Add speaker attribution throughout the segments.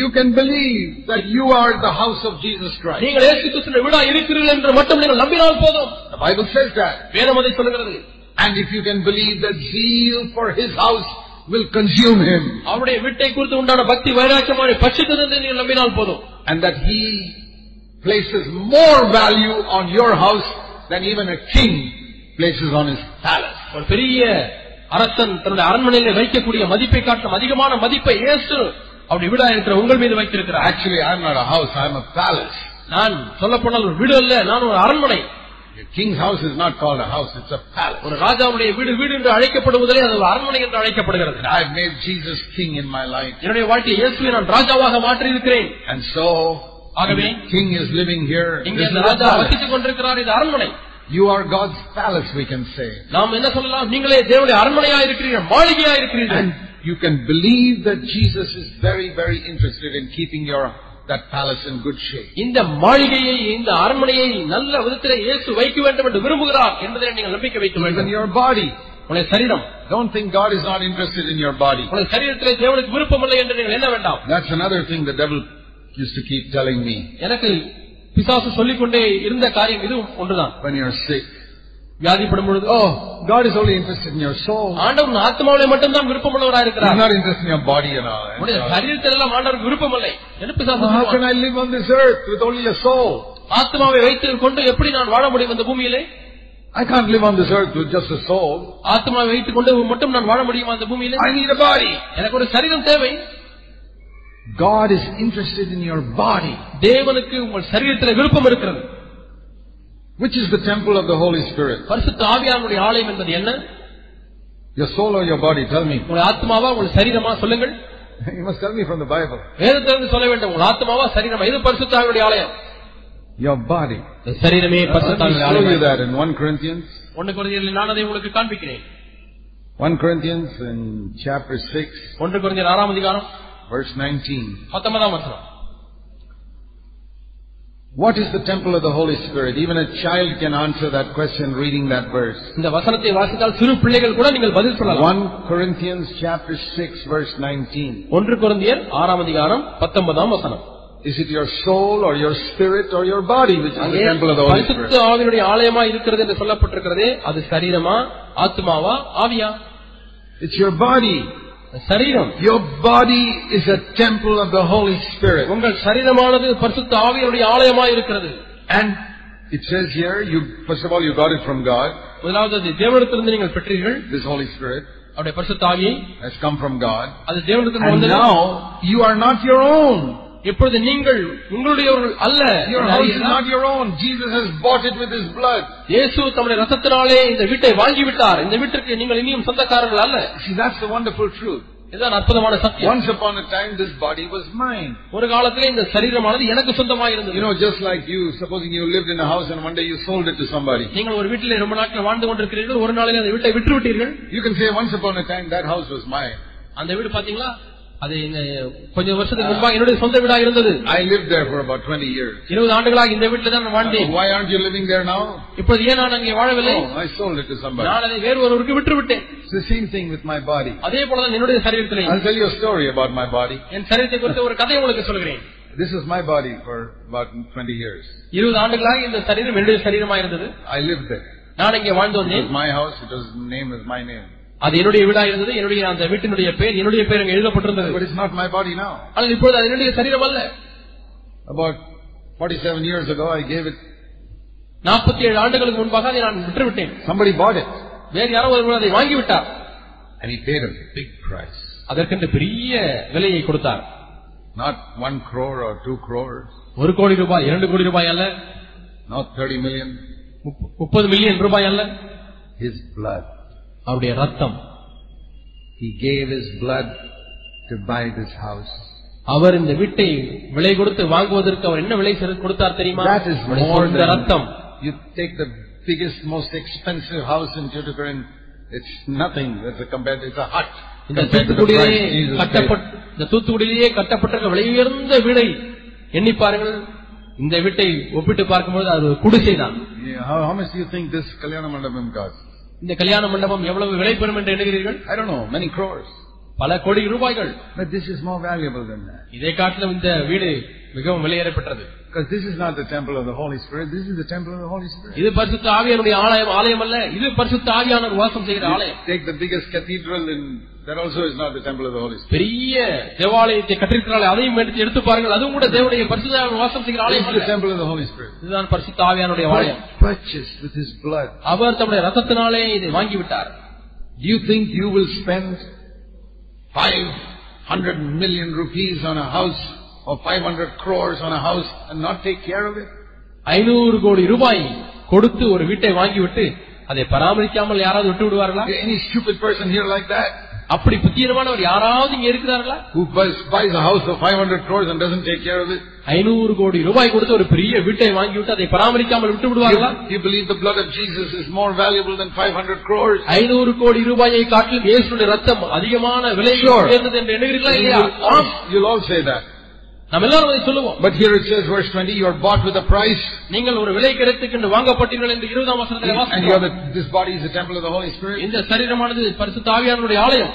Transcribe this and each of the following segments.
Speaker 1: you can believe that you are the house of Jesus Christ.
Speaker 2: நீங்கள் இயேசு கிறிஸ்துவின் வீடா இருக்கிறீர்கள் என்று மட்டும் நீங்கள் நம்பினால் போதும்
Speaker 1: The Bible says that.
Speaker 2: வேதம் அதை சொல்லுகிறது
Speaker 1: And if you can believe that zeal for his house will consume him
Speaker 2: அவருடைய வீட்டை குறித்து உண்டான பக்தி வைராக்கியமான பட்சித்தது என்று நீங்கள் நம்பினால் போதும்
Speaker 1: and that he places more value on your house than even a king places on his palace.
Speaker 2: ஒரு பெரிய அரசன் தன்னுடைய அரண்மனையிலே வைக்கக்கூடிய மதிப்பை காட்டும் அதிகமான மதிப்பை இயேசு அவருடைய வீடா இருக்கிற உங்கள் மீது வைத்திருக்கிறார்
Speaker 1: Actually, I'm not a house, I'm a palace.
Speaker 2: நான் சொல்லப்போனால் ஒரு வீடு அல்ல நான் ஒரு அரண்மனை
Speaker 1: A king's house is not called a house, it's a palace.
Speaker 2: ஒரு ராஜாவுடைய வீடு வீடு என்று அழைக்கப்படுவதிலே அது ஒரு அரண்மனை என்று அழைக்கப்படுகிறது
Speaker 1: And I've made Jesus king in my life.
Speaker 2: என்னுடைய வாழ்க்கையை இயேசுவை நான் ராஜாவாக மாற்றியிருக்கிறேன்
Speaker 1: And so,
Speaker 2: ஆகவே
Speaker 1: the king is living here. This
Speaker 2: இங்கே
Speaker 1: is
Speaker 2: இந்த
Speaker 1: a
Speaker 2: ராஜா
Speaker 1: palace.
Speaker 2: வசித்துக் கொண்டிருக்கிறார் இது அரண்மனை
Speaker 1: You are God's palace, we can say.
Speaker 2: நாம் என்ன சொல்லலாம் நீங்களே தேவனுடைய அரண்மனையா இருக்கிறீர்கள் மாளிகையா இருக்கிறீர்கள்
Speaker 1: And you can believe that Jesus is very, very interested in keeping your, that palace in good shape.
Speaker 2: இந்த மாளிகையை இந்த அரண்மனையை நல்ல விதத்திலே இயேசு வைக்க வேண்டும் என்று விரும்புகிறார் என்பதை நீங்கள் நம்பிக்கை வைக்க
Speaker 1: Even
Speaker 2: வேண்டும்
Speaker 1: your body.
Speaker 2: உங்களுடைய சரீரம்
Speaker 1: Don't think God is not interested in your body.
Speaker 2: உங்களுடைய சரீரத்திலே தேவனுக்கு விருப்பமில்லை என்று நீங்கள் எண்ண வேண்டாம்
Speaker 1: That's another thing the devil used to keep telling me.
Speaker 2: எனக்கு பிசாசு சொல்லிக்கொண்டே இருந்த காரியம் இதுவும் ஒன்றுதான்
Speaker 1: When you're sick,
Speaker 2: வியாதிப்படும் பொழுது ஓ
Speaker 1: oh, God is only interested in your soul.
Speaker 2: ஆண்டவர் உன் ஆத்மாவிலே மட்டும்தான் விருப்பமுள்ளவராக
Speaker 1: He's
Speaker 2: இருக்கிறார்
Speaker 1: not interested in your body and all.
Speaker 2: உன்னுடைய சரீரத்தில் எல்லாம் ஆண்டவருக்கு விருப்பமில்லை என்ன பிசாசு
Speaker 1: So how can
Speaker 2: சொல்லுவான்?
Speaker 1: I live on this earth with only a soul?
Speaker 2: ஆத்மாவை வைத்துக் கொண்டு எப்படி நான் வாழ முடியும் இந்த பூமியிலே
Speaker 1: I can't live on this earth with just a soul.
Speaker 2: ஆத்மாவை வைத்துக் கொண்டு மட்டும் நான் வாழ முடியுமா இந்த பூமியிலே
Speaker 1: I need a body.
Speaker 2: எனக்கு ஒரு சரீரம் தேவை
Speaker 1: God is interested in your body,
Speaker 2: தேவனுக்கு உங்கள் சரீரத்தில் விருப்பம் இருக்கிறது
Speaker 1: which is the temple of the Holy Spirit.
Speaker 2: பரிசுத்த ஆவியானுடைய ஆலயம் என்பது என்ன
Speaker 1: Your soul or your body? Tell me.
Speaker 2: உங்கள் ஆத்மாவா உங்கள் சரீரமா சொல்லுங்கள்
Speaker 1: You must tell me from the Bible.
Speaker 2: வேதத்திலிருந்து சொல்ல வேண்டும் உங்கள் ஆத்மாவா சரீரமா இது பரிசுத்த ஆவியானுடைய ஆலயம்
Speaker 1: Your body.
Speaker 2: இந்த சரீரமே
Speaker 1: Let me
Speaker 2: பரிசுத்த ஆவியானுடைய
Speaker 1: show you
Speaker 2: ஆலயம்
Speaker 1: that in 1 Corinthians.
Speaker 2: ஒன்று குறைஞ்சதில் நான் அதை உங்களுக்கு காண்பிக்கிறேன்
Speaker 1: 1 Corinthians in chapter 6,
Speaker 2: ஒன்று குறைஞ்சல் ஆறாம் அதிகாரம்
Speaker 1: verse 19.
Speaker 2: பத்தொன்பதாம் வசனம்
Speaker 1: What is the temple of the Holy Spirit? Even a child can answer that question reading that verse.
Speaker 2: இந்த வசனத்தை வாசித்தால் சிறு பிள்ளைகள் கூட நீங்கள் பதில் சொல்லலாம்
Speaker 1: 1 Corinthians chapter 6, verse 19.
Speaker 2: ஒன்று குறைந்தியர் ஆறாம் அதிகாரம் பத்தொன்பதாம் வசனம்
Speaker 1: Is it your soul or your spirit or your body which is the
Speaker 2: அங்கே
Speaker 1: temple of the Holy
Speaker 2: பரிசுத்த
Speaker 1: Spirit?
Speaker 2: ஆவியினுடைய ஆலயமா இருக்கிறது என்று சொல்லப்பட்டிருக்கிறதே அது சரீரமா ஆத்மாவா ஆவியா
Speaker 1: It's your body.
Speaker 2: சரீரம்
Speaker 1: Your body is a temple of the Holy Spirit.
Speaker 2: உங்கள் சரீரமானது பரிசுத்த ஆவியினுடைய ஆலயமா இருக்கிறது
Speaker 1: And it says here, you first of all you got it from God.
Speaker 2: முதலாவது அது தேவனிடத்திலிருந்து நீங்கள் பெற்றீர்கள்
Speaker 1: This Holy Spirit
Speaker 2: அவருடைய பரிசுத்த ஆவியை
Speaker 1: has come from God.
Speaker 2: அது தேவனிடத்திலிருந்து
Speaker 1: And
Speaker 2: வந்தது
Speaker 1: now you are not your own.
Speaker 2: இப்பொழுது நீங்கள் உங்களுடையவர்கள் அல்ல
Speaker 1: Your house is not your own. Jesus has bought it with his blood.
Speaker 2: இயேசு தம்முடைய ரத்தத்தினாலே இந்த வீட்டை வாங்கிவிட்டார் இந்த வீட்டிற்கு நீங்கள் இனியும் சொந்தக்காரர்கள் அல்ல
Speaker 1: See, that's the wonderful truth.
Speaker 2: இதுதான் அற்புதமான சத்தியம்
Speaker 1: Once upon a time this body was mine.
Speaker 2: ஒரு காலத்துல இந்த சரீரமானது எனக்கு சொந்தமாக இருந்தது
Speaker 1: You know, just like you, supposing you lived in a house and one day you sold it to somebody.
Speaker 2: நீங்கள் ஒரு வீட்டிலே ரொம்ப நாட்கள் வாழ்ந்து கொண்டிருக்கிறீர்கள் ஒரு நாளில் அந்த வீட்டை விற்று விட்டீர்கள்
Speaker 1: You can say once upon a time that house was mine.
Speaker 2: அந்த வீடு பாத்தீங்களா அது இந்த கொஞ்சம் வருஷத்துக்கு முன்பாக என்னுடைய சொந்த வீடா இருந்தது
Speaker 1: I lived there for about 20 years.
Speaker 2: இருபது ஆண்டுகளாக இந்த வீட்டில் தான் நான் வாழ்ந்தேன்
Speaker 1: Why aren't you living there now?
Speaker 2: இப்போது ஏன் நான் அங்கே வாழவில்லை
Speaker 1: Oh, I sold it to somebody.
Speaker 2: நான் அதை வேறு ஒருவருக்கு விட்டு விட்டேன்
Speaker 1: It's the same thing with my body.
Speaker 2: அதே போலதான் என்னுடைய சரீரத்திலே
Speaker 1: I'll tell you a story about my body.
Speaker 2: என் சரீரத்தை குறித்து ஒரு கதை உங்களுக்கு சொல்கிறேன்
Speaker 1: This is my body for about 20 years.
Speaker 2: இருபது ஆண்டுகளாக இந்த சரீரம் என்னுடைய சரீரமா இருந்தது
Speaker 1: I lived there.
Speaker 2: நான் இங்கே வாழ்ந்து
Speaker 1: It
Speaker 2: வந்தேன்
Speaker 1: was my house. It was name is my name.
Speaker 2: அது என்னுடைய வீடா இருந்தது என்னுடைய அந்த வீட்டினுடைய பேர் என்னுடைய பேர் அங்கே
Speaker 1: But
Speaker 2: எழுதப்பட்டிருந்தது
Speaker 1: it's not my body now.
Speaker 2: ஆனால் இப்பொழுது அது என்னுடைய சரீரம் அல்ல
Speaker 1: About 47 years ago, I gave it.
Speaker 2: நாற்பத்தி ஏழு ஆண்டுகளுக்கு முன்பாக அதை நான் விட்டுவிட்டேன்
Speaker 1: Somebody bought it,
Speaker 2: வேறு யாரோ ஒருவர் அதை வாங்கிவிட்டார்
Speaker 1: and he paid a big price.
Speaker 2: அதற்கென்று பெரிய விலையை கொடுத்தார்
Speaker 1: Not one crore or two crores.
Speaker 2: ஒரு கோடி ரூபாய் இரண்டு கோடி ரூபாய் அல்ல
Speaker 1: Not 30 million.
Speaker 2: முப்ப- முப்பது மில்லியன் ரூபாய் அல்ல
Speaker 1: His blood.
Speaker 2: அவருடைய ரத்தம்
Speaker 1: He gave his blood to buy this house.
Speaker 2: அவர் இந்த வீட்டை விலை கொடுத்து வாங்குவதற்கு அவர் என்ன விலை செலுத்த- கொடுத்தார் தெரியுமா
Speaker 1: That is
Speaker 2: அவருடைய
Speaker 1: more
Speaker 2: சொந்த ரத்தம்
Speaker 1: than you take the biggest, most expensive house in Tuticorin. It's nothing. That's a compared. It's a hut
Speaker 2: இந்த
Speaker 1: compared to the
Speaker 2: தூத்துக்குடியிலேயே
Speaker 1: price Jesus
Speaker 2: கட்டப்பட்ட
Speaker 1: paid.
Speaker 2: இந்த தூத்துக்குடியிலேயே கட்டப்பட்டிருக்க விலை உயர்ந்த வீடை எண்ணி பாருங்கள் இந்த வீட்டை ஒப்பிட்டு பார்க்கும்போது அது ஒரு குடிசை தான்
Speaker 1: Yeah, how, how much do you think this Kalyana Mandapam costs?
Speaker 2: இந்த கல்யாண மண்டபம் எவ்வளவு விலை பெறும் என்று எண்ணுகிறீர்கள்
Speaker 1: I don't know. Many crores.
Speaker 2: பல கோடி ரூபாய்கள்
Speaker 1: But this is more valuable than that.
Speaker 2: இதை காட்டிலும் இந்த வீடு மிகவும் விலையேறப்பட்டது
Speaker 1: Because this is not the temple of the Holy Spirit, this is the temple of the Holy Spirit.
Speaker 2: இது பரிசுத்த ஆவியானுடைய ஆலயம் ஆலயம் அல்ல இது பரிசுத்த ஆவியானவர் வாசம் செய்கிற ஆலயம்
Speaker 1: Take the biggest cathedral in, that also is not the temple of the Holy Spirit.
Speaker 2: பெரிய தேவாலயத்தை கட்டிருக்கிறார்கள் அதையும் எடுத்து எடுத்து பாருங்கள் அதுவும் கூட தேவனுடைய பரிசுத்த ஆவியானவர் வாசம் செய்கிற
Speaker 1: This
Speaker 2: ஆலயம்
Speaker 1: is the
Speaker 2: அல்ல.
Speaker 1: temple of the Holy Spirit.
Speaker 2: இதுதான் பரிசுத்த ஆவியானுடைய ஆலயம்
Speaker 1: Purchased with His blood.
Speaker 2: அவர் தம்முடைய ரத்தத்தினாலே இதை வாங்கி விட்டார்
Speaker 1: Do you think you will spend 500 million rupees on a house or 500 crores on a house and not take care of it?
Speaker 2: ஐநூறு கோடி ரூபாய் கொடுத்து ஒரு வீட்டை வாங்கிவிட்டு அதை பராமரிக்காமல் யாராவது விட்டு விடுவார்களா
Speaker 1: Any stupid person here like that
Speaker 2: அப்படி புத்தியமானவர் யாராவது இங்க இருக்கிறார்களா
Speaker 1: who buys, buys a house for 500 crores and doesn't take care of it?
Speaker 2: ஐநூறு கோடி ரூபாய் கொடுத்து ஒரு பெரிய வீட்டை வாங்கிவிட்டு அதை பராமரிக்காமல் விட்டு விடுவார்களா
Speaker 1: You, you believe the blood of Jesus is more valuable than 500 crores?
Speaker 2: ஐநூறு கோடி ரூபாயை காட்டிலும் இயேசுடைய ரத்தம் அதிகமான விலை
Speaker 1: Sure.
Speaker 2: உயர்ந்தது என்று எண்ணுகிறீர்களா
Speaker 1: You'll
Speaker 2: இல்லையா ஆம்.
Speaker 1: all, you'll all say that.
Speaker 2: நாம் எல்லாரும் அதை சொல்லுவோம்
Speaker 1: But here it says, verse 20, you are bought with a price,
Speaker 2: நீங்கள் ஒரு விலை கிடைத்துக்கென்று வாங்கப்பட்டீர்கள் என்று இருபதாம் வசனத்தில்
Speaker 1: and you are the, this body is the temple of the Holy Spirit.
Speaker 2: இந்த சரீரமானது பரிசுத்த ஆவியானுடைய ஆலயம்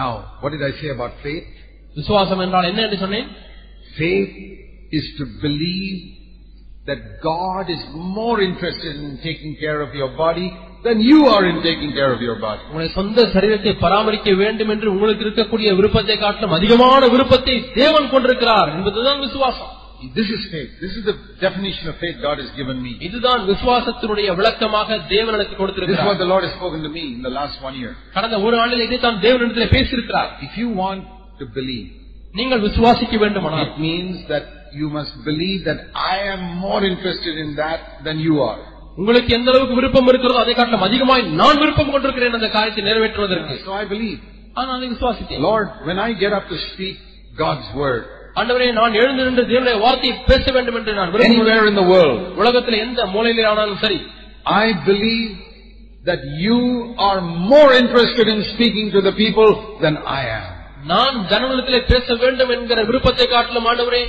Speaker 1: Now, what did I say about faith?
Speaker 2: விசுவாசம் என்றால் என்ன என்று சொன்னேன்
Speaker 1: Faith is to believe that God is more interested in taking care of your body than you are in taking care of your body.
Speaker 2: உங்களுடைய சொந்த சரீரத்தை பராமரிக்க வேண்டும் என்று உங்களுக்கு இருக்கக்கூடிய விருப்பத்தை காட்டிலும் அதிகமான விருப்பத்தை தேவன் கொண்டிருக்கிறார் என்பதுதான் விசுவாசம்
Speaker 1: This is faith. This is the definition of faith God has given me.
Speaker 2: இதுதான் விசுவாசத்தினுடைய விளக்கமாக தேவன் எனக்கு
Speaker 1: This is what
Speaker 2: கொடுத்திருக்கிறார்
Speaker 1: the Lord has spoken to me in the last one year.
Speaker 2: கடந்த ஒரு ஆண்டில் இதை தான் தேவனிடத்தில் பேசியிருக்கிறார்
Speaker 1: If you want to believe,
Speaker 2: நீங்கள் விசுவாசிக்க வேண்டுமானால்
Speaker 1: it means that you must believe that I am more interested in that than you are.
Speaker 2: உங்களுக்கு எந்த அளவுக்கு விருப்பம் இருக்கிறதோ அதை காட்டிலும் அதிகமாய் நான் விருப்பம் கொண்டிருக்கிறேன் அந்த காரியத்தை நிறைவேற்றுவதற்கு
Speaker 1: So I believe.
Speaker 2: ஆனால் அதை விசுவாசித்தேன்
Speaker 1: Lord, when I get up to speak God's word,
Speaker 2: ஆண்டவரே நான் எழுந்து நின்று தேவனுடைய வார்த்தையை பேச வேண்டும் என்று நான் விரும்புகிறேன்
Speaker 1: anywhere in the world,
Speaker 2: உலகத்தில் எந்த மூலையிலே ஆனாலும் சரி
Speaker 1: I believe that you are more interested in speaking to the people than I am.
Speaker 2: நான் ஜனங்களிடத்திலே பேச வேண்டும் என்கிற விருப்பத்தை காட்டிலும் ஆண்டவரே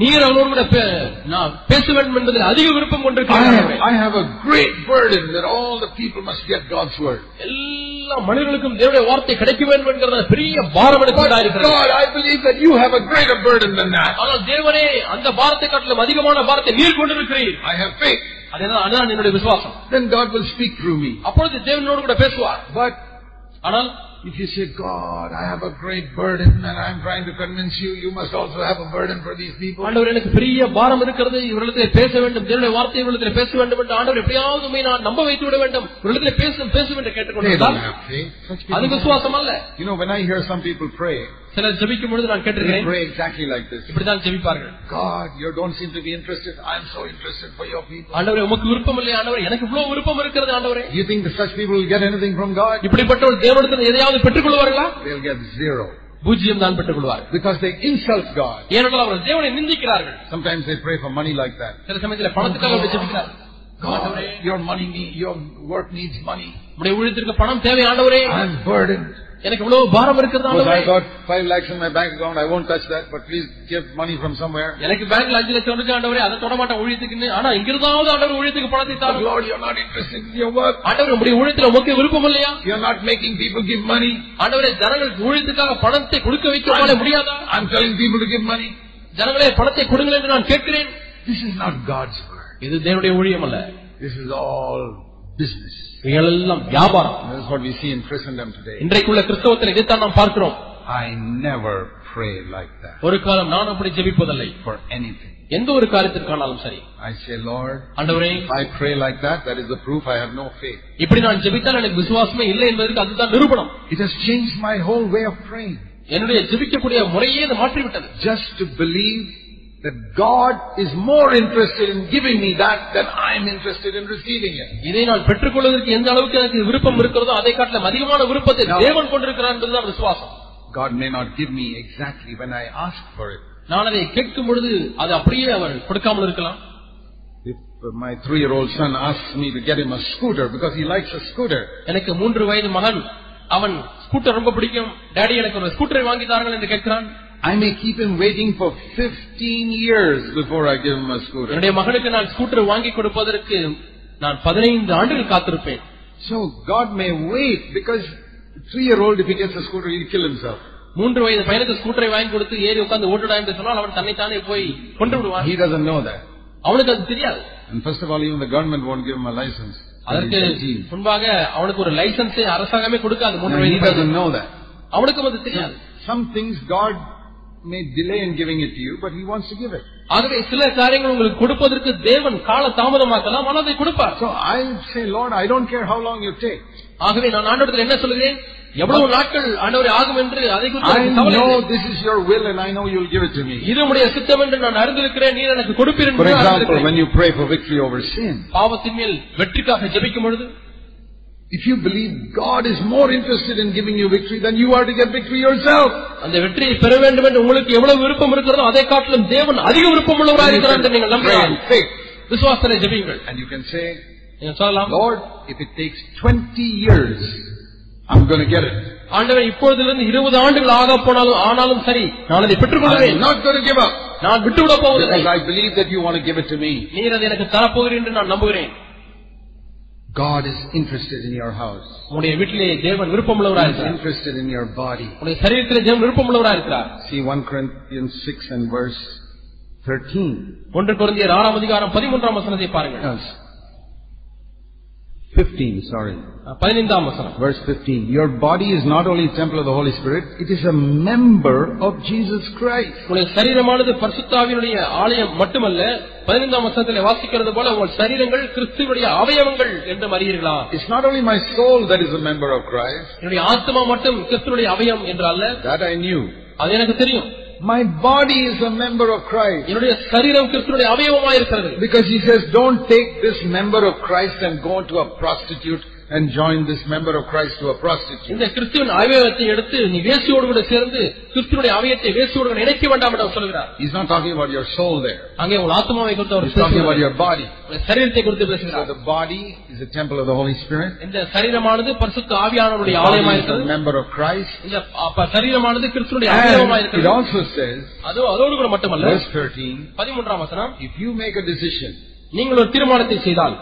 Speaker 2: நீர் அவரோடு கூட பே- நான் பேச வேண்டும் என்பதில் அதிக விருப்பம்
Speaker 1: I have,
Speaker 2: கொண்டிருக்கிறேன்
Speaker 1: I have a great burden that all the people must get God's word.
Speaker 2: எல்லா மனிதர்களுக்கும் தேவனுடைய வார்த்தை கிடைக்க வேண்டும் என்கிற பெரிய பாரம்
Speaker 1: But
Speaker 2: எனக்கு
Speaker 1: God,
Speaker 2: உண்டாயிருக்கிறது.
Speaker 1: I believe that you have a greater burden than that.
Speaker 2: ஆனால் தேவனே அந்த பாரத்தை காட்டிலும் அதிகமான பாரத்தை நீர் கொண்டிருக்கிறீர்
Speaker 1: I have faith.
Speaker 2: அதுதான் அதுதான் என்னுடைய விசுவாசம்
Speaker 1: Then God will speak through me.
Speaker 2: அப்பொழுது தேவனோடு கூட பேசுவார்
Speaker 1: But
Speaker 2: ஆனால்
Speaker 1: if you say, God, I have a great burden and I'm trying to convince you, you must also have a burden for these people.
Speaker 2: ஆண்டவர் எனக்கு பெரிய பாரம் இருக்கிறது இவர்களிடத்தில் பேச வேண்டும் தேவனுடைய வார்த்தை இவர்களிடத்தில் பேச வேண்டும் என்று ஆண்டவர் எப்படியாவது உம்மை நான் நம்ப வைத்து விட வேண்டும் இவர்களிடத்தில் பேசும் பேசும் என்று
Speaker 1: They don't
Speaker 2: கேட்டுக்கொண்டிருந்தால்
Speaker 1: have faith. Such
Speaker 2: அது
Speaker 1: people.
Speaker 2: விசுவாசம் அல்ல
Speaker 1: You know, when I hear some people pray,
Speaker 2: சிலர் ஜெபிக்கும் பொழுது நான்
Speaker 1: they
Speaker 2: கேட்டிருக்கிறேன்
Speaker 1: pray exactly like this.
Speaker 2: இப்படித்தான் ஜெபிப்பார்கள்
Speaker 1: God, you don't seem to be interested. I'm so interested for your people.
Speaker 2: ஆண்டவரே உமக்கு விருப்பம் இல்லை ஆண்டவரே எனக்கு இவ்வளவு விருப்பம் இருக்கிறது ஆண்டவரே
Speaker 1: You think that such people will get anything from God?
Speaker 2: இப்படிப்பட்டவர்கள் தேவனிடத்தில் எதையாவது பெற்றுக் கொள்வார்களா
Speaker 1: They'll get zero.
Speaker 2: பூஜ்ஜியம் தான் பெற்றுக் கொள்வார்கள்
Speaker 1: Because they insult God.
Speaker 2: ஏனென்றால் அவர்கள் தேவனை நிந்திக்கிறார்கள்
Speaker 1: Sometimes they pray for money like that.
Speaker 2: சில சமயத்தில் பணத்துக்காக அப்படி ஜெபிக்கிறார்கள்
Speaker 1: God, your money, need, your work needs money.
Speaker 2: நம்முடைய ஊழியத்திற்கு பணம் தேவை ஆண்டவரே
Speaker 1: I'm burdened.
Speaker 2: எனக்கு இவ்வளவு பாரம் இருக்கிறது
Speaker 1: Because
Speaker 2: ஆண்டவரே
Speaker 1: I got five lakhs in my bank account. I won't touch that, but please give money from somewhere.
Speaker 2: எனக்கு பேங்க்ல அஞ்சு லட்சம் இருக்கு ஆண்டவரே அதை தொட மாட்டேன் ஊழியத்துக்குன்னு ஆனா இங்கிருந்தாவது ஆண்டவர் ஊழியத்துக்கு பணத்தை
Speaker 1: But
Speaker 2: தாரும்
Speaker 1: Lord, you're not interested in your work.
Speaker 2: ஆண்டவர் நம்முடைய ஊழியத்துல உமக்கு விருப்பம் இல்லையா
Speaker 1: You're not making people give money.
Speaker 2: ஆண்டவரே ஜனங்கள் ஊழியத்துக்காக பணத்தை கொடுக்க வைக்க உங்களால முடியாதா
Speaker 1: I'm telling people to give money.
Speaker 2: ஜனங்களே பணத்தை கொடுங்கள் என்று நான் கேட்கிறேன்
Speaker 1: This is not God's word.
Speaker 2: இது தேவனுடைய ஊழியம் அல்ல
Speaker 1: This is all business.
Speaker 2: இவைகளெல்லாம் வியாபாரம்
Speaker 1: This is what we see in Christendom today.
Speaker 2: இன்றைக்குள்ள கிறிஸ்தவத்தில் இதைத்தான் நாம் பார்க்கிறோம்
Speaker 1: I never pray like that
Speaker 2: ஒரு காலம் நான் அப்படி ஜெபிப்பதில்லை
Speaker 1: for anything.
Speaker 2: எந்த ஒரு காரியத்திற்கானாலும் சரி
Speaker 1: I say, Lord,
Speaker 2: ஆண்டவரே
Speaker 1: if I pray like that, that is the proof I have no faith.
Speaker 2: இப்படி நான் ஜெபித்தால் எனக்கு விசுவாசமே இல்லை என்பதற்கு அதுதான் நிரூபணம்
Speaker 1: It has changed my whole way of praying.
Speaker 2: என்னுடைய ஜெபிக்கக்கூடிய முறையே இது மாற்றிவிட்டது
Speaker 1: Just to believe that God is more interested in giving me that than I am interested in receiving it.
Speaker 2: இதை நான் பெற்றுக்கொள்வதற்கு எந்த அளவுக்கு எனக்கு விருப்பம் இருக்கிறதோ அதை காட்டிலும் அதிகமான விருப்பத்தை தேவன் கொண்டிருக்கிறார் என்பதுதான் விசுவாசம்
Speaker 1: God may not give me exactly when I ask for it.
Speaker 2: நான் அதை கேட்கும் பொழுது அது அப்படியே அவர் கொடுக்காமல் இருக்கலாம்
Speaker 1: If my three-year-old son asks me to get him a scooter because he likes a scooter,
Speaker 2: எனக்கு மூன்று வயது மகன் அவன் ஸ்கூட்டர் ரொம்ப பிடிக்கும் டேடி எனக்கு ஒரு ஸ்கூட்டரை வாங்கி தாருங்கள் என்று கேட்கிறான்
Speaker 1: I may keep him waiting for 15 years before I give him a scooter.
Speaker 2: என்னுடைய மகனுக்கு நான் ஸ்கூட்டர் வாங்கி கொடுப்பதற்கு நான் பதினைந்து ஆண்டுகள் காத்திருப்பேன்
Speaker 1: So God may wait because three-year-old, if he gets a scooter, he'll kill himself.
Speaker 2: மூன்று வயது பையனுக்கு ஸ்கூட்டரை வாங்கி கொடுத்து ஏறி உட்கார்ந்து ஓட்டுடா என்று சொன்னால் அவன் தன்னைத்தானே போய் கொண்டு விடுவான்
Speaker 1: He doesn't know that.
Speaker 2: அவனுக்கு அது தெரியாது
Speaker 1: And first of all, even the government won't give him a license. And
Speaker 2: அதற்கு
Speaker 1: he's 18.
Speaker 2: முன்பாக அவனுக்கு ஒரு லைசன்ஸே அரசாங்கமே கொடுக்காது மூன்று
Speaker 1: And he
Speaker 2: வயது
Speaker 1: doesn't
Speaker 2: பையனுக்கு.
Speaker 1: know that.
Speaker 2: அவனுக்கும் அது தெரியாது
Speaker 1: Some things God may delay in giving it to you, but He wants to give it.
Speaker 2: ஆகவே சில காரியங்கள் உங்களுக்கு கொடுப்பதற்கு தேவன் கால தாமதமாக்கலாம் ஆனால் அதை கொடுப்பார்
Speaker 1: So I say, Lord, I don't care how long you take.
Speaker 2: ஆகவே நான் ஆண்டவரத்தில் என்ன சொல்கிறேன் எவ்வளவு நாட்கள் ஆண்டவரே ஆகும் என்று அதை குறித்து
Speaker 1: I
Speaker 2: எனக்கு கவலை
Speaker 1: know
Speaker 2: இல்லை.
Speaker 1: this is your will and I know you'll give it to me.
Speaker 2: இது உடைய சித்தம் என்று நான் அறிந்திருக்கிறேன் நீர் எனக்கு கொடுப்பீர் என்று
Speaker 1: For
Speaker 2: நான்
Speaker 1: example,
Speaker 2: அறிந்திருக்கிறேன்.
Speaker 1: when you pray for victory over sin,
Speaker 2: பாவத்தின் மேல் வெற்றிக்காக ஜெபிக்கும் பொழுது
Speaker 1: if you believe God is more interested in giving you victory than you are to get victory yourself,
Speaker 2: அந்த வெற்றியை பெற வேண்டும் என்று உங்களுக்கு எவ்வளவு விருப்பம் இருக்கிறதோ அதை காட்டிலும் தேவன் அதிக விருப்பம் உள்ளவராக
Speaker 1: you
Speaker 2: இருக்கிறார் என்று நீங்கள்
Speaker 1: can pray in
Speaker 2: நம்பலாம்
Speaker 1: faith.
Speaker 2: விசுவாசனை ஜெபியுங்கள்
Speaker 1: And you can say,
Speaker 2: நீங்கள் சொல்லலாம்
Speaker 1: Lord, if it takes 20 years, I'm going to get it.
Speaker 2: ஆண்டவன் இப்பொழுதிலிருந்து இருபது ஆண்டுகள் ஆக போனாலும் ஆனாலும் சரி நான் அதை
Speaker 1: I'm
Speaker 2: பெற்றுக்கொள்வேன்
Speaker 1: not going to give up
Speaker 2: நான் விட்டுவிட போவதில்லை
Speaker 1: because I believe that you want to give it to me.
Speaker 2: நீர் அதை எனக்கு தரப்போகிறீர் என்று நான் நம்புகிறேன்
Speaker 1: God is interested in your house.
Speaker 2: உங்களுடைய வீட்டிலே தேவன் விருப்பமுள்ளவராக
Speaker 1: He's
Speaker 2: இருக்கிறார்
Speaker 1: interested in your body.
Speaker 2: உங்களுடைய சரீரத்திலே தேவன் விருப்பமுள்ளவராக இருக்கிறார்
Speaker 1: See 1 Corinthians 6 and verse 13.
Speaker 2: ஒன்று குழந்தையர் ஆறாம் அதிகாரம் பதிமூன்றாம் வசனத்தை பாருங்கள்
Speaker 1: Yes. 15, sorry.
Speaker 2: பதினைந்தாம் வசனம்
Speaker 1: Verse 15. Your body is not only temple of the Holy Spirit, it is a member of Jesus Christ.
Speaker 2: உங்களுடைய சரீரமானது பரிசுத்தாவினுடைய ஆலயம் மட்டுமல்ல பதினைந்தாம் வசனத்திலே வாசிக்கிறது போல உங்கள் சரீரங்கள் கிறிஸ்துவனுடைய அவயவங்கள் என்று அறியீர்களா
Speaker 1: It's not only my soul that is a member of Christ.
Speaker 2: என்னுடைய ஆத்மா மட்டும் கிறிஸ்துவனுடைய அவயம் என்று அல்ல
Speaker 1: That I knew.
Speaker 2: அது எனக்கு தெரியும்
Speaker 1: My body is a member of Christ.
Speaker 2: என்னுடைய சரீரம் கிறிஸ்துவனுடைய அவயவமாயிருக்கிறது
Speaker 1: Because he says, don't take this member of Christ and go to a prostitute and join this member of Christ to a prostitute.
Speaker 2: இந்த கிறிஸ்துவின் அவயவத்தை எடுத்து நீ வேசியோடு கூட சேர்ந்து கிறிஸ்துவனுடைய அவயத்தை வேசியோடு கூட இணைக்க வேண்டாம் என்று அவர் சொல்கிறார்
Speaker 1: He's not talking about your soul there.
Speaker 2: அங்கே உங்கள் ஆத்மாவை குறித்து அவர்
Speaker 1: He's talking about
Speaker 2: பேசுகிறார்.
Speaker 1: your body.
Speaker 2: உங்கள் சரீரத்தை குறித்து
Speaker 1: So
Speaker 2: பேசுகிறார்
Speaker 1: the body is a temple of the Holy Spirit.
Speaker 2: இந்த சரீரமானது பரிசுத்த
Speaker 1: The
Speaker 2: ஆவியானவருடைய
Speaker 1: body is a
Speaker 2: ஆலயமாயிருக்கிறது
Speaker 1: member of Christ.
Speaker 2: இந்த ப- சரீரமானது கிறிஸ்துவனுடைய
Speaker 1: And it
Speaker 2: அவயவமாயிருக்கிறது
Speaker 1: also says,
Speaker 2: அது அதோடு கூட மட்டுமல்ல
Speaker 1: verse 13,
Speaker 2: பதிமூன்றாம் வசனம்
Speaker 1: if you make a decision,
Speaker 2: நீங்கள் ஒரு தீர்மானத்தை செய்தால்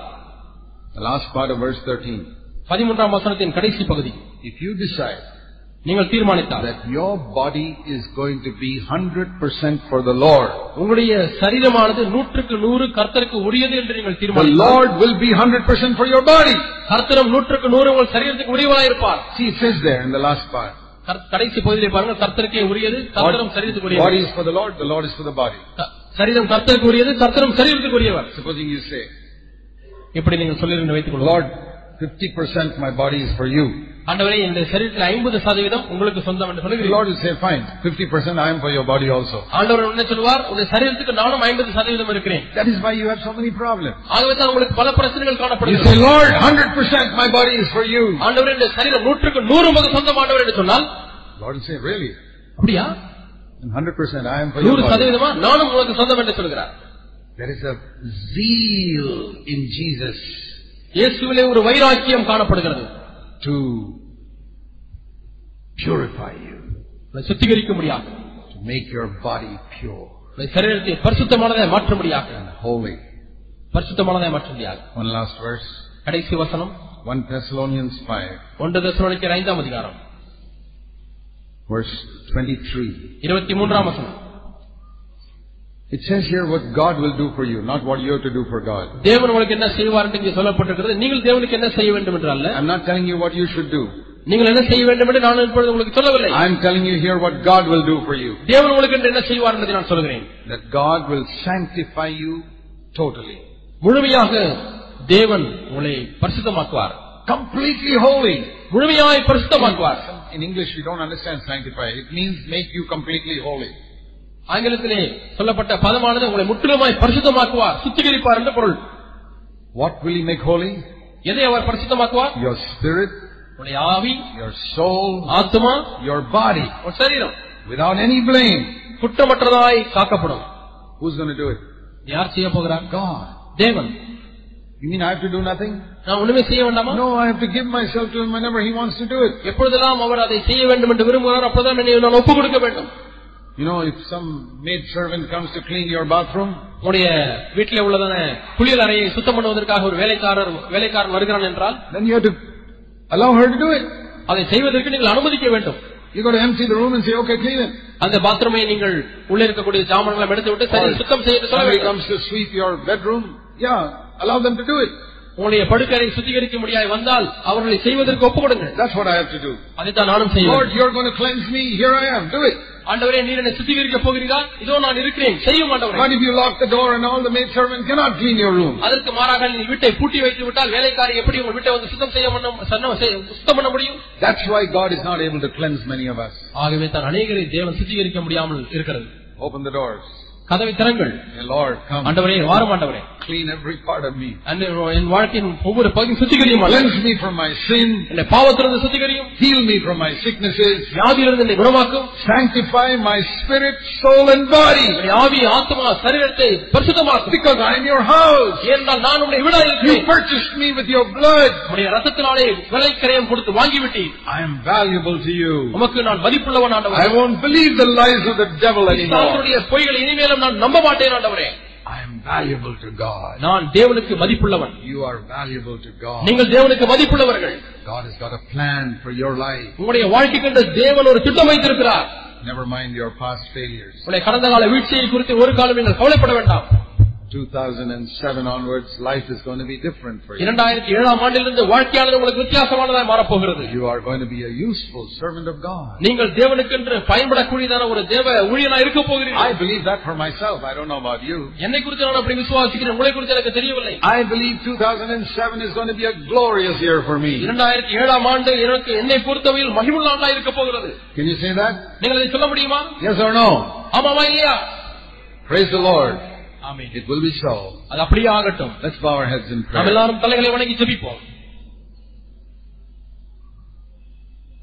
Speaker 1: the last part of verse 13,
Speaker 2: பதிமூன்றாம் வசனத்தின் கடைசி பகுதி
Speaker 1: if you decide
Speaker 2: நீங்கள் தீர்மானித்தால்
Speaker 1: that your body is going to be 100% for the Lord,
Speaker 2: உங்களுடைய சரீரமானது நூற்றுக்கு நூறு கர்த்தருக்கு உரியது என்று நீங்கள்
Speaker 1: the
Speaker 2: தீர்மானித்தால்
Speaker 1: Lord will be 100% for your body.
Speaker 2: கர்த்தரும் நூற்றுக்கு நூறு உங்கள் சரீரத்துக்கு உரியவராயிருப்பார்
Speaker 1: See, it says there in the last part.
Speaker 2: கர்- கடைசி பகுதியிலே பாருங்க கர்த்தருக்கே உரியது கர்த்தரும் சரீரத்துக்கு
Speaker 1: What
Speaker 2: உரியவர்
Speaker 1: is for the Lord, the Lord is for the body.
Speaker 2: க- சரீரம் கர்த்தருக்கு உரியது கர்த்தரும் சரீரத்துக்கு உரியவர்
Speaker 1: Supposing you say,
Speaker 2: இப்படி நீங்கள் சொல்லிருந்து வைத்துக் கொள்ளுங்கள்
Speaker 1: Lord, 50% my body is for you.
Speaker 2: ஆண்டவரே என்னுடைய சரீரத்தில் ஐம்பது சதவீதம் உங்களுக்கு சொந்தம் என்று
Speaker 1: The
Speaker 2: சொல்லுகிறீர்கள்
Speaker 1: Lord will say, fine, 50% I am for your body also.
Speaker 2: ஆண்டவர் என்ன சொல்வார் உங்களுடைய சரீரத்துக்கு நானும் ஐம்பது சதவீதம் இருக்கிறேன்
Speaker 1: That is why you have so many problems.
Speaker 2: ஆகவே தான் உங்களுக்கு பல பிரச்சனைகள்
Speaker 1: You say,
Speaker 2: காணப்படுகிறது
Speaker 1: Lord, 100% my body is for you.
Speaker 2: ஆண்டவர் என்னுடைய சரீரம் நூற்றுக்கு நூறு உமக்கு சொந்தம் ஆண்டவர் என்று சொன்னால்
Speaker 1: Lord will say, really?
Speaker 2: அப்படியா
Speaker 1: And 100% I am for your
Speaker 2: நூறு
Speaker 1: body.
Speaker 2: சதவீதமா நானும் உங்களுக்கு சொந்தம் என்று சொல்கிறார்
Speaker 1: There is a zeal in Jesus
Speaker 2: இயேசுவிலே ஒரு வைராக்கியம் காணப்படுகிறது
Speaker 1: to purify you,
Speaker 2: உங்களை சுத்திகரிக்க முடியாது
Speaker 1: to make your body pure
Speaker 2: உங்களை சரீரத்தை பரிசுத்தமானதை மாற்ற முடியாது
Speaker 1: and holy.
Speaker 2: பரிசுத்தமானதை மாற்ற முடியாது
Speaker 1: One last verse.
Speaker 2: கடைசி வசனம்
Speaker 1: 1 Thessalonians 5,
Speaker 2: ஒன்று தசரோனிக்கர் ஐந்தாம் அதிகாரம்
Speaker 1: verse 23.
Speaker 2: இருபத்தி மூன்றாம் வசனம்
Speaker 1: It says here what God will do for you, not what you have to do for God.
Speaker 2: தேவன் உங்களுக்கு என்ன செய்வார் என்று இங்கே சொல்லப்பட்டிருக்கிறது நீங்கள் தேவனுக்கு என்ன செய்ய வேண்டும் என்று அல்ல
Speaker 1: I'm not telling you what you should do.
Speaker 2: நீங்கள் என்ன செய்ய வேண்டும் என்று நான் இப்பொழுது உங்களுக்கு சொல்லவில்லை
Speaker 1: I'm telling you here what God will do for you.
Speaker 2: தேவன் உங்களுக்கு என்று என்ன செய்வார் என்று நான் சொல்கிறேன்
Speaker 1: That God will sanctify you totally.
Speaker 2: முழுமையாக தேவன் உங்களை பரிசுத்தமாக்குவார்
Speaker 1: Completely holy.
Speaker 2: முழுமையாய் பரிசுத்தமாக்குவார்
Speaker 1: In English, we don't understand sanctify. It means make you completely holy.
Speaker 2: ஆங்கிலத்திலே சொல்லப்பட்ட பதமானது உங்களை முற்றிலுமாய் பரிசுத்தமாக்குவார் சுத்திகரிப்பார் என்று பொருள்
Speaker 1: What will He make holy?
Speaker 2: எதை அவர் பரிசுத்தமாக்குவார்
Speaker 1: Your spirit,
Speaker 2: உங்களுடைய ஆவி
Speaker 1: your soul,
Speaker 2: ஆத்மா
Speaker 1: your body,
Speaker 2: உன் சரீரம்
Speaker 1: without any blame.
Speaker 2: குற்றமற்றதாய் காக்கப்படும்
Speaker 1: Who's going to do it?
Speaker 2: யார் செய்ய போகிறார்
Speaker 1: God.
Speaker 2: தேவன்
Speaker 1: You mean I have to do nothing?
Speaker 2: நான் ஒண்ணுமே செய்ய வேண்டாமா
Speaker 1: No, I have to give myself to Him whenever He wants to do it.
Speaker 2: எப்பொழுதெல்லாம் அவர் அதை செய்ய வேண்டும் என்று விரும்புகிறார் அப்பதான் என்னை நான் ஒப்பு கொடுக்க வேண்டும்
Speaker 1: You know, if some maid servant comes to clean your bathroom,
Speaker 2: உங்களுடைய வீட்டிலே உள்ளதான குளியல் அறையை சுத்தம் பண்ணுவதற்காக ஒரு வேலைக்காரர் வேலைக்காரன் வருகிறான் என்றால்
Speaker 1: then you have to allow her to do it.
Speaker 2: அதை செய்வதற்கு நீங்கள் அனுமதிக்க வேண்டும்
Speaker 1: You've got to empty the room and say, okay, clean it.
Speaker 2: அந்த பாத்ரூமை நீங்கள் உள்ளே இருக்கக்கூடிய சாமான்களை எடுத்து விட்டு சரி
Speaker 1: Or
Speaker 2: சுத்தம் செய்ய சொல்ல
Speaker 1: Somebody
Speaker 2: வேண்டும்
Speaker 1: comes to sweep your bedroom. Yeah, allow them to do it.
Speaker 2: உங்களுடைய படுக்கரை சுத்திகரிக்க முடியாது வந்தால் அவர்களை செய்வதற்கு ஒப்புக் கொடுங்கள்
Speaker 1: That's what I have to do.
Speaker 2: அதைத்தான் நானும் செய்ய
Speaker 1: Lord,
Speaker 2: வேண்டும்.
Speaker 1: you're going to cleanse me. Here I am. Do it.
Speaker 2: ஆண்டவரே நீர் என்னை சுத்திகரிக்க போகிறீரா இதோ நான் இருக்கிறேன் செய்யும் ஆண்டவரே
Speaker 1: But if you lock the door and all the maidservant cannot clean your room,
Speaker 2: அதற்கு மாறாக நீ வீட்டை பூட்டி வைத்து விட்டால் வேலைக்காரி எப்படி உங்கள் வீட்டை வந்து சுத்தம் செய்ய பண்ண- சன்ன- செய்ய- சுத்தம் பண்ண முடியும்
Speaker 1: that's why God is not able to cleanse many of us.
Speaker 2: ஆகவே தான் அநேகரை தேவன் சுத்திகரிக்க முடியாமல் இருக்கிறது
Speaker 1: Open the doors.
Speaker 2: கதவை திறங்கள்
Speaker 1: Hey, Lord, come.
Speaker 2: ஆண்டவரே வாரும் ஆண்டவரே
Speaker 1: Clean every part of me.
Speaker 2: அன்று என் வாழ்க்கையின் ஒவ்வொரு பகுதியும் சுத்திகரியும் அல்ல
Speaker 1: Cleanse me from my sin.
Speaker 2: என்னை பாவத்திலிருந்து சுத்திகரியும்
Speaker 1: Heal me from my sicknesses.
Speaker 2: வியாதியிலிருந்து என்னை குணமாக்கும்
Speaker 1: Sanctify my spirit, soul and body.
Speaker 2: என்னுடைய ஆவி ஆத்மா சரீரத்தை பரிசுத்தமாக்கும்
Speaker 1: Because I'm your house.
Speaker 2: ஏனென்றால் நான் உன்னை விடா
Speaker 1: You
Speaker 2: இருக்கிறேன்
Speaker 1: purchased me with your blood.
Speaker 2: உடைய ரத்தத்தினாலே விலைக்கரையம் கொடுத்து வாங்கிவிட்டீர்
Speaker 1: I am valuable to you.
Speaker 2: உமக்கு நான் மதிப்புள்ளவன்
Speaker 1: I
Speaker 2: ஆண்டவரே
Speaker 1: won't believe the lies of the devil anymore.
Speaker 2: சாத்தானுடைய பொய்களை இனிமேலும் நான் நம்ப மாட்டேன் ஆண்டவரே
Speaker 1: I am valuable to God.
Speaker 2: நான் தேவனுக்கு மதிப்புள்ளவன்
Speaker 1: You are valuable to God.
Speaker 2: நீங்கள் தேவனுக்கு மதிப்புள்ளவர்கள்
Speaker 1: God has got a plan for your life.
Speaker 2: உங்களுடைய வாழ்க்கைக்கு தேவன் ஒரு திட்டம் வைத்திருக்கிறார்
Speaker 1: Never mind your past failures.
Speaker 2: உங்களுடைய கடந்த கால வீழ்ச்சியை குறித்து ஒரு காலம் நீங்கள் கவலைப்பட வேண்டாம்
Speaker 1: 2007 onwards, life is going to be different for you.
Speaker 2: இரண்டாயிரத்தி ஏழாம் ஆண்டிலிருந்து வாழ்க்கையானது உங்களுக்கு வித்தியாசமானதாய் மாறப்போகிறது
Speaker 1: You are going to be a useful servant of God.
Speaker 2: நீங்கள் தேவனுக்கென்று பயன்படக்கூடியதான ஒரு தேவ ஊழியனா இருக்க போகிறீர்கள்
Speaker 1: I believe that for myself. I don't know about you.
Speaker 2: என்னை குறித்து நான் அப்படி விசுவாசிக்கிறேன் உங்களை குறித்து எனக்கு தெரியவில்லை
Speaker 1: I believe 2007 is going to be a glorious year for me.
Speaker 2: இரண்டாயிரத்தி ஏழாம் ஆண்டு எனக்கு என்னை பொறுத்தவரையில் மகிமுள்ள ஆண்டா இருக்க போகிறது
Speaker 1: Can you say that?
Speaker 2: நீங்கள் அதை சொல்ல முடியுமா
Speaker 1: Yes or no?
Speaker 2: ஆமாவா இல்லையா
Speaker 1: Praise the Lord.
Speaker 2: Amen.
Speaker 1: It will be so.
Speaker 2: அது அப்படியே ஆகட்டும்
Speaker 1: Let's bow our heads in
Speaker 2: நாம்
Speaker 1: prayer.
Speaker 2: எல்லாரும் தலைகளை வணங்கி ஜெபிப்போம்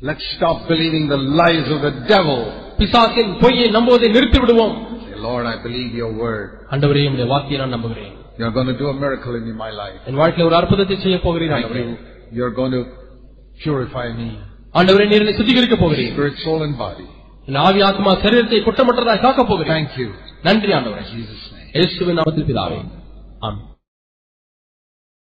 Speaker 1: Let's stop believing the lies of the devil.
Speaker 2: பிசாசின் பொய்யை நம்புவதை நிறுத்தி விடுவோம்
Speaker 1: Say, Lord, I believe your word.
Speaker 2: ஆண்டவரே உடைய வார்த்தையை நான் நம்புகிறேன்
Speaker 1: You're going to do a miracle in my life.
Speaker 2: என் வாழ்க்கையில ஒரு அற்புதத்தை செய்ய போகிறீர்
Speaker 1: Thank
Speaker 2: ஆண்டவரே
Speaker 1: you. You're going to purify me.
Speaker 2: ஆண்டவரே நீர் என்னை சுத்திகரிக்க போகிறீர்
Speaker 1: Spirit, soul and body.
Speaker 2: என் ஆவி ஆத்மா சரீரத்தை குற்றமற்றதாய் காக்க போகிறேன்
Speaker 1: Thank you.
Speaker 2: நன்றி ஆண்டவரே
Speaker 1: In Jesus' name.
Speaker 2: இயேசுவின் நாமத்தில் பிதாவே ஆமென்